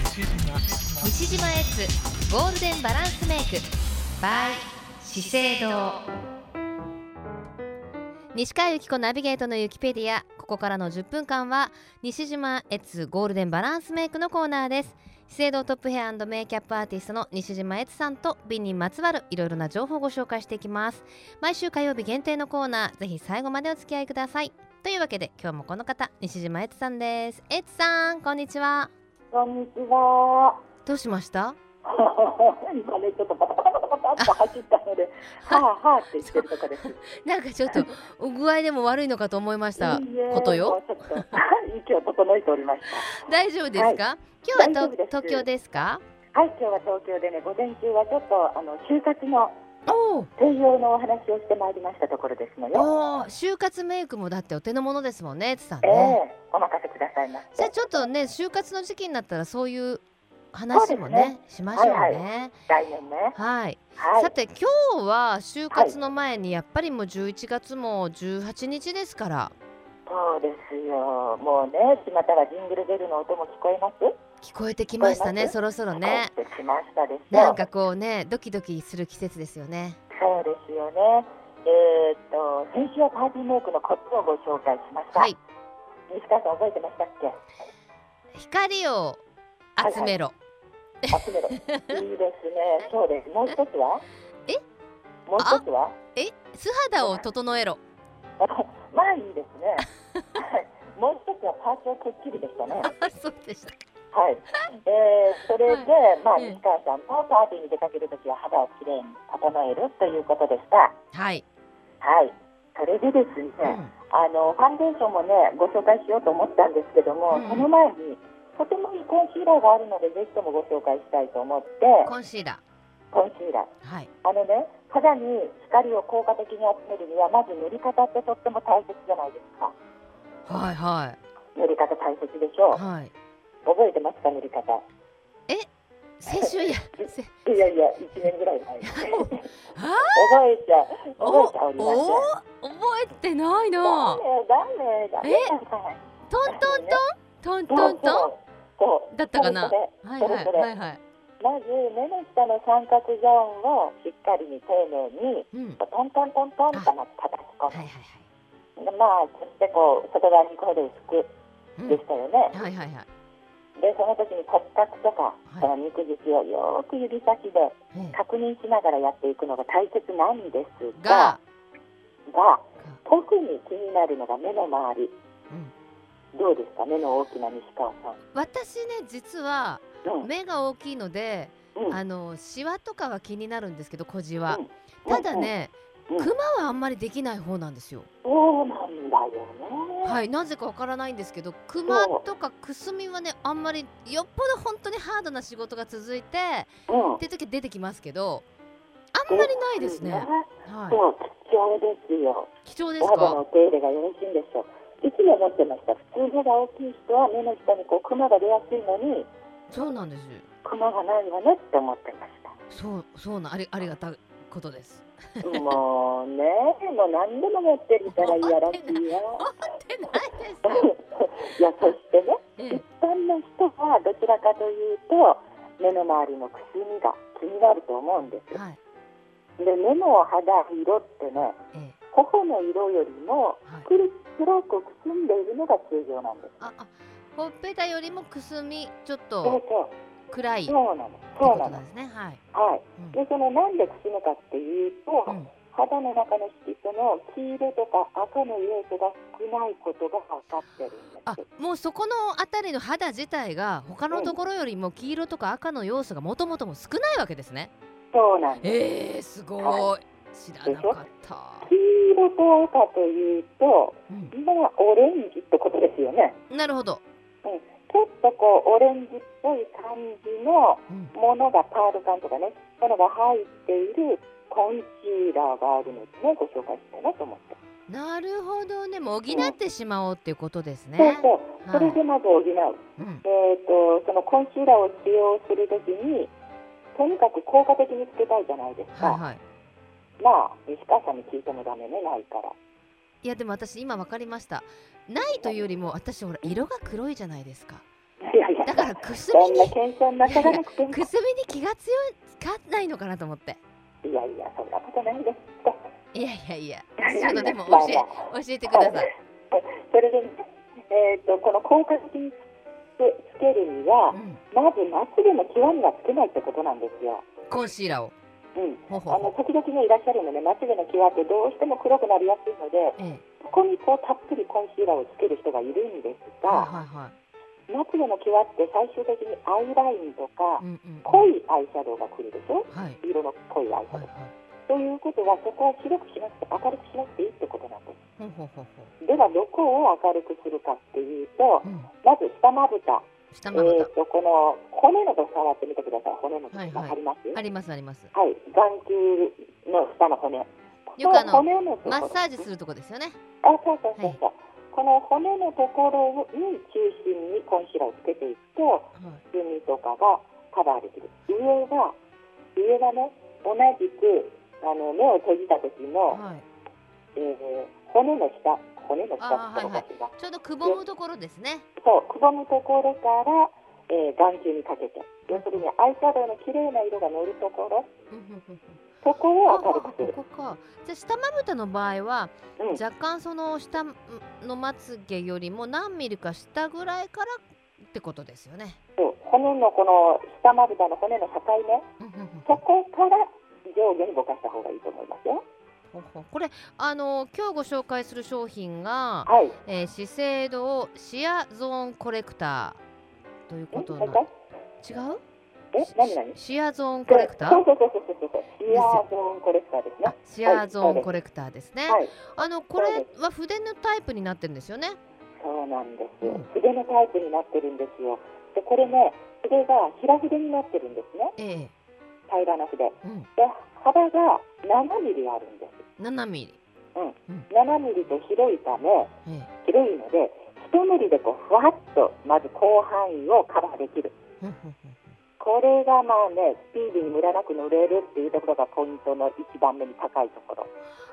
西島エッツゴールデンバランスメイク by 資生堂西川由紀子ナビゲートのユキペディアここからの10分間は西島エッツゴールデンバランスメイクのコーナーです資生堂トップヘアメイキャップアーティストの西島悦さんと美にまつわるいろいろな情報をご紹介していきます毎週火曜日限定のコーナーぜひ最後までお付き合いくださいというわけで今日もこの方西島悦さんです悦さんこんにちはこんにちは。 どうしました今ね、ちょっとバタバタバタバタっと走ったの で、はあはあって言ってるとかです。いなんかちょっとお具合でも悪いのかと思いましたいえことよ。もうちょっと 息を整えておりまし大丈夫ですか、今日は大丈と夫です東京ですかた。はい、今日は東京でね、午前中はちょっとあの就活のおー定用のお話をしてまいりましたところですのよ。おー就活メイクもだってお手の物ですもんねつさんええね、お任せくださいまじゃあせ。ちょっとね就活の時期になったらそういう話もねしましょうねはい来年ね。はい、はいさ。て今日は就活の前にやっぱりもう11月も18日ですからそうですよ。もうね、巷はジングルベルの音も聞こえます。聞こえてきましたね聞こえますそろそろね聞こえてきましたですよ。なんかこうねドキドキする季節ですよねそうですよね。えーっと先週はパーティーメイクのコツをご紹介しました。はい西川さん覚えてましたっけ？光を集めろ、集めろ。いいですね。そうです。もう一つは？え？もう一つは？え素肌を整えろまあいいですね。はいもう一つはパーツをくっきりでしたね。 は あそうでしたい。えー、それで、まあうん西川さんもパーティーに出かけるときは肌をきれいに整えるということでした。はい、はい。それでですね。うんあのファンデーションもねご紹介しようと思ったんですけども、うんその前にとてもいいコンシーラーがあるのでぜひともご紹介したいと思ってコンシーラコンシーラーーはいあのね肌に光を効果的に集めるにはまず塗り方ってとっても大切じゃないですかはいは塗り方大切でしいょはい。う覚えてますか塗り方先週 やせいやいや1年ぐらい前覚 あえちゃうお覚えちゃおりまおせん覚えてないな。ダメダメダメトントントントントンそうトそうそうだったかなそれそン。はいれはいはいはい。まず目の下の三角ゾーンをしっかりに丁寧にうん。はいトントントントンとまず叩き込はいはい。む、でまあそしてこう外側にこれで拭くうんでしたよね、はいはいはい。でその時に骨格とか、いその肉付きをよーく指先でえ確認しながらやっていくのが大切なんですえがが、が特に気になるのが目の周り、うんどうですか目の大きな西川さん、私ね実はうん目が大きいので、うんあのシワとかは気になるんですけど小じわうん。ただね、うんうクんマはあんまりできない方なんですよ。そうなんだよね、はい、なぜかわからないんですけど、クマとかくすみはね、あんまりよっぽど本当にハードな仕事が続いて、うんって時出てきますけど、あんまりないですね。はそう貴重ですよい。貴重ですお肌のか。お手入れがよろしいんでしょういつも思ってました普通目が大きい人は目の下にこうクマが出やすいのにそうなんです。クマがないわねって思ってましたそう、そうなん、あり、ありがたいことです。もうねもう何でも持ってるからいやらしい持よってないですよ。いやそしてねえ一え般の人はどちらかというと目の周りのくすみが気になると思うんですはい。で目の肌色ってえねえ頬の色よりもはい。くる黒くくすんでいるのが通常なんですあ、あ、ほっぺたよりもくすみ、ちょっそとうそう暗い。ってそうなの、そこうなとなんので。すね。はい。はい。うんで、そのなんでくすむかっていうと、うん。肌の中の色素の黄色とか赤の要素が少ないことが分かってるんあです。、もうそこのあたりの肌自体が、他のところよりも黄色とか赤の要素がもともとも少ないわけですね。そうなんです。ええ、すごい。知らなかった。黄色と赤というと、うん。まあオレンジってことですよね。なるほど。ちょっとこうオレンジっぽい感じのうん。ものがパール感とかね、ものが入っているコンシーラーがあるのでね、ご紹介したいなと思って。なるほどね、もう補ってしまおうっていうことですそうね。そう。そはれいでまず補う。うん、えー、とそのコンシーラーを使用するときにとにかく効果的につけたいじゃないですはいか、はい。まあ西川さんに聞いてもダメねない からいやでも私今わかりました。ないというよりも私ほら色が黒いじゃないですか。いやいやだからくすそんみなに謙遜なさらな くてもくすみに気が強いかないのかなと思っていやいやそんなことないですいやいやいやいちょやっいとやでも まあ教えまあ教えてくださいそれでねえっ、とこの効果的につけるには、うんまずまつげの際にはつけないってことなんですよコンシーラーをうんほうほうあほのう時々ねいらっしゃるのでまつげの際ってどうしても黒くなりやすいのでええそこにこうたっぷりコンシーラーをつける人がいるんですはいが、はいはまつげの際って最終的にアイラインとかいうんうん濃いアイシャドウが来るでしょはい色の濃いアイシはいャドウ。はいということはそこを白くしなくて明るくしなくていいってことなんでほうほうほうほす。ではどこを明るくするかっていうとううんまず下まぶた、下えまぶー、とこの骨のとこ触ってみてください骨のとこはい分はいかりますたありますありますはい、眼球の下の骨。よくあのこ骨のところマッサージするとこですよねあ、そうそうそうそう。この骨のところに中心にコンシーラーをつけていくと、はい海とかがカバーできる。上は、上はね、同じくあの目を閉じた時の、はいえー骨の下、骨の下あーっていうのかしら。ちょうどくぼむところですねそう、くぼむところから、えー眼球にかけて、要するにアイシャドウの綺麗な色が乗るところ、うんうんうんうんそこをあ明あるくすこる。こかじゃあ下まぶたの場合はうん若干その下のまつげよりも何ミリか下ぐらいからってことですよね。そう骨のこの下まぶたの骨の境目うんうんうんそこから上下にぼかした方がいいと思いますよほうほうこれあの今日ご紹介する商品が、はいえー、資生堂シアゾーンコレクターというんことなもう一回違うえ何何シアゾーンコレクタそーうそうそうそうそうそうシアーゾーンコレクターですねあシアゾーンコレクターですね、はいあのこれは筆のタイプになってるんですよねそうなんですようん筆のタイプになってるんですよでこれね筆が平筆になってるんですねええ平らな筆でうん幅が7ミリあるんです7ミリ7ミリと広いためええ広いので一塗りでこうふわっとまず広範囲をカバーできるふんふんふんこれがまあね、スピーディーにムラなく乗れるっていうところがポイントの一番目に高いところ。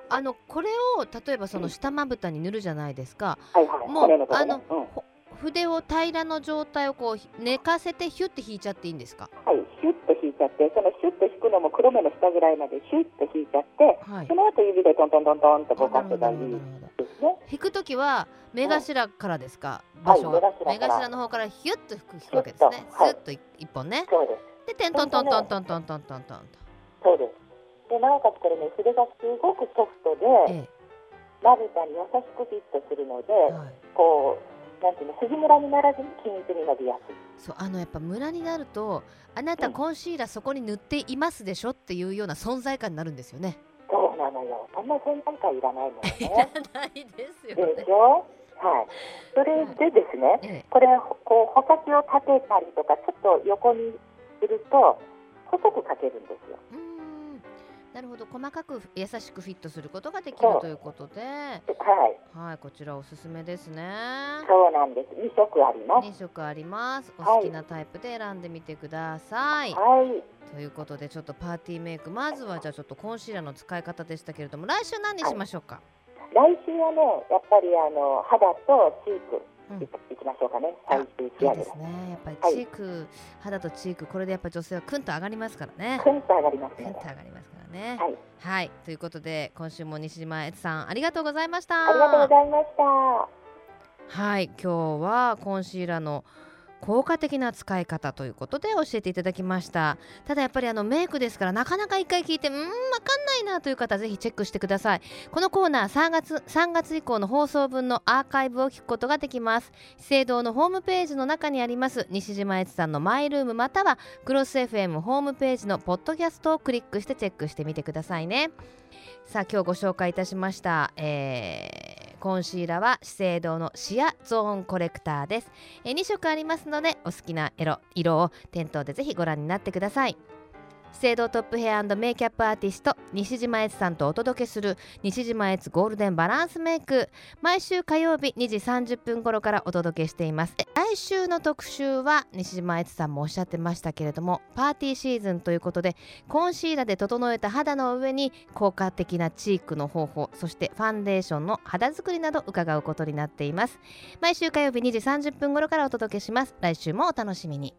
あのこれを例えばその下まぶたに塗るじゃないですかはいはい。もう骨のところね、あうん、筆を平らの状態をこうひ寝かせてヒュッて引いちゃっていいんですかはい、シュッと引いちゃって、そのシュッと引くのも黒目の下ぐらいまでシュッと引いちゃって、はいその後指でトントントントンとあぼなかるすほどがないるほどないるほどですね。引くときは目頭からですか、場はい所は、目頭から目頭の方からヒュッと引く引くわけですねヒスュッとはいッとい一本ねそうです。で点トントントントントントントントンとそうです。で、なおかつこれね、筆がすごくソフトで、えまぶたに優しくフィットするので、えはいこう、なんていうの、筋ムラにならずに均一に伸びやすい。そうあのやっぱムラになるとあなたコンシーラーそこに塗っていますでしょっていうような存在感になるんですよね。そうなのよ。そんな存在感いらないのよいね ら。 ないですよでねし。ょはい。それでですね、ええこれをこう穂先を立てたりとかちょっと横にすると細く描けるんですよ。うーんなるほど細かく優しくフィットすることができるそうということで、はい、はいこちらおすすめですね。そうなんです。二色あります。 2色あります。おはい好きなタイプで選んでみてください。はい。ということでちょっとパーティーメイクまずはじゃあちょっとコンシーラーの使い方でしたけれども来週何にしましょうか。来週はね、やっぱりあの肌とチークうんい,、きましょうかね。あ最終仕いい上げでですす。ね。やっぱりはいチーク、肌とチークこれでやっぱ女性はクンと上がりますからね。センター上がりますクねンと。上がりますからね。はい。はい、ということで今週も西島悦さんありがとうございました。ありがとうございました。はい、今日はコンシーラーの効果的な使い方ということで教えていただきましたただやっぱりあのメイクですからなかなか一回聞いてうーんわかんないなという方ぜひチェックしてくださいこのコーナー3月3月以降の放送分のアーカイブを聞くことができます資生堂のホームページの中にあります西島悦さんのマイルームまたはクロス FM ホームページのポッドキャストをクリックしてチェックしてみてくださいねさあ今日ご紹介いたしました、えーコンシーラーは資生堂のシアゾーンコレクターです、え2色ありますのでお好きな色色を店頭でぜひご覧になってください資生堂トップヘアメイキャップアーティスト西島悦さんとお届けする西島悦ゴールデンバランスメイク毎週火曜日2時30分頃からお届けしていますえ来週の特集は西島悦さんもおっしゃってましたけれどもパーティーシーズンということでコンシーラーで整えた肌の上に効果的なチークの方法そしてファンデーションの肌作りなど伺うことになっています毎週火曜日2時30分頃からお届けします来週もお楽しみに